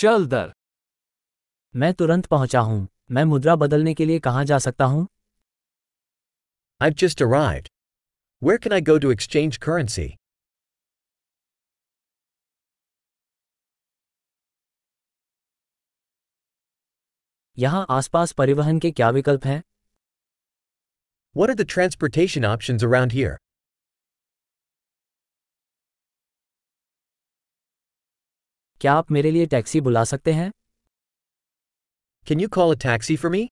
चल दर मैं तुरंत पहुंचा हूँ मैं मुद्रा बदलने के लिए कहाँ जा सकता हूँ I've just arrived. Where can I go to exchange currency? यहाँ आसपास परिवहन के क्या विकल्प हैं What are the transportation options around here? क्या आप मेरे लिए टैक्सी बुला सकते हैं Can you call a taxi for me?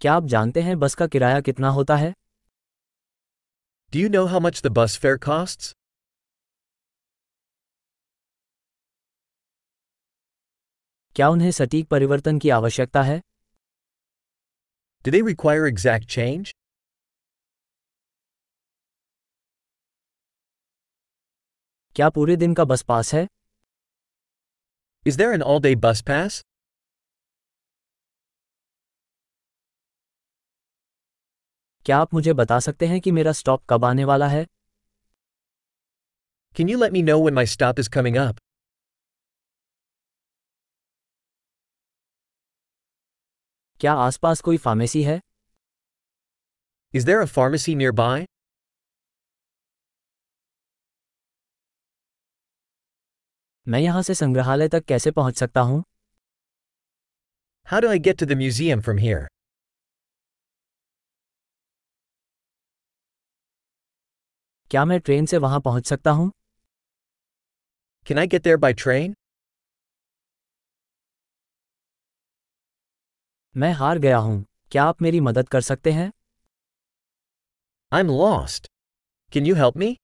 क्या आप जानते हैं बस का किराया कितना होता है Do you know how much the bus fare costs? क्या उन्हें सटीक परिवर्तन की आवश्यकता है Do they require exact change? क्या पूरे दिन का बस पास है Is there an all day bus pass? क्या आप मुझे बता सकते हैं कि मेरा स्टॉप कब आने वाला है Can you let me know when my stop is coming up? क्या आसपास कोई फार्मेसी है Is there a pharmacy nearby? मैं यहाँ से संग्रहालय तक कैसे पहुँच सकता हूँ How do I get to the museum from here? क्या मैं ट्रेन से वहाँ पहुँच सकता हूँ Can I get there by train? मैं हार गया हूँ क्या आप मेरी मदद कर सकते हैं I'm lost. Can you help me?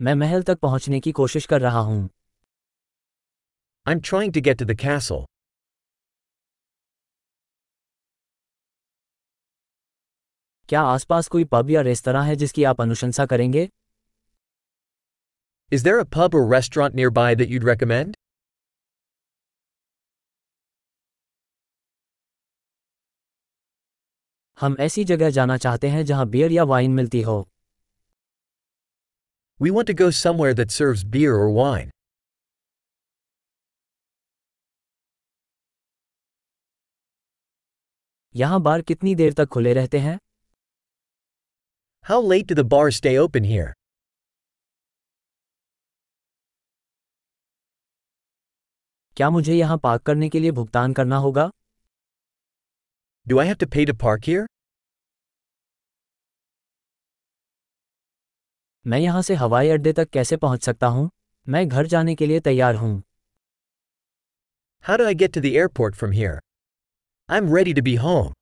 मैं महल तक पहुँचने की कोशिश कर रहा हूँ I'm trying to get to the castle. क्या आसपास कोई पब या रेस्तरा है जिसकी आप अनुशंसा करेंगे Is there a pub or restaurant nearby that you'd recommend? हम ऐसी जगह जाना चाहते हैं जहाँ बियर या वाइन मिलती हो We want to go somewhere that serves beer or wine. यहाँ बार कितनी देर तक खुले रहते हैं How late do the bars stay open here? क्या मुझे यहाँ पार्क करने के लिए भुगतान करना होगा Do I have to pay to park here? मैं यहाँ से हवाई अड्डे तक कैसे पहुँच सकता हूँ मैं घर जाने के लिए तैयार हूँ How do I get to the airport from here? I'm ready to be home.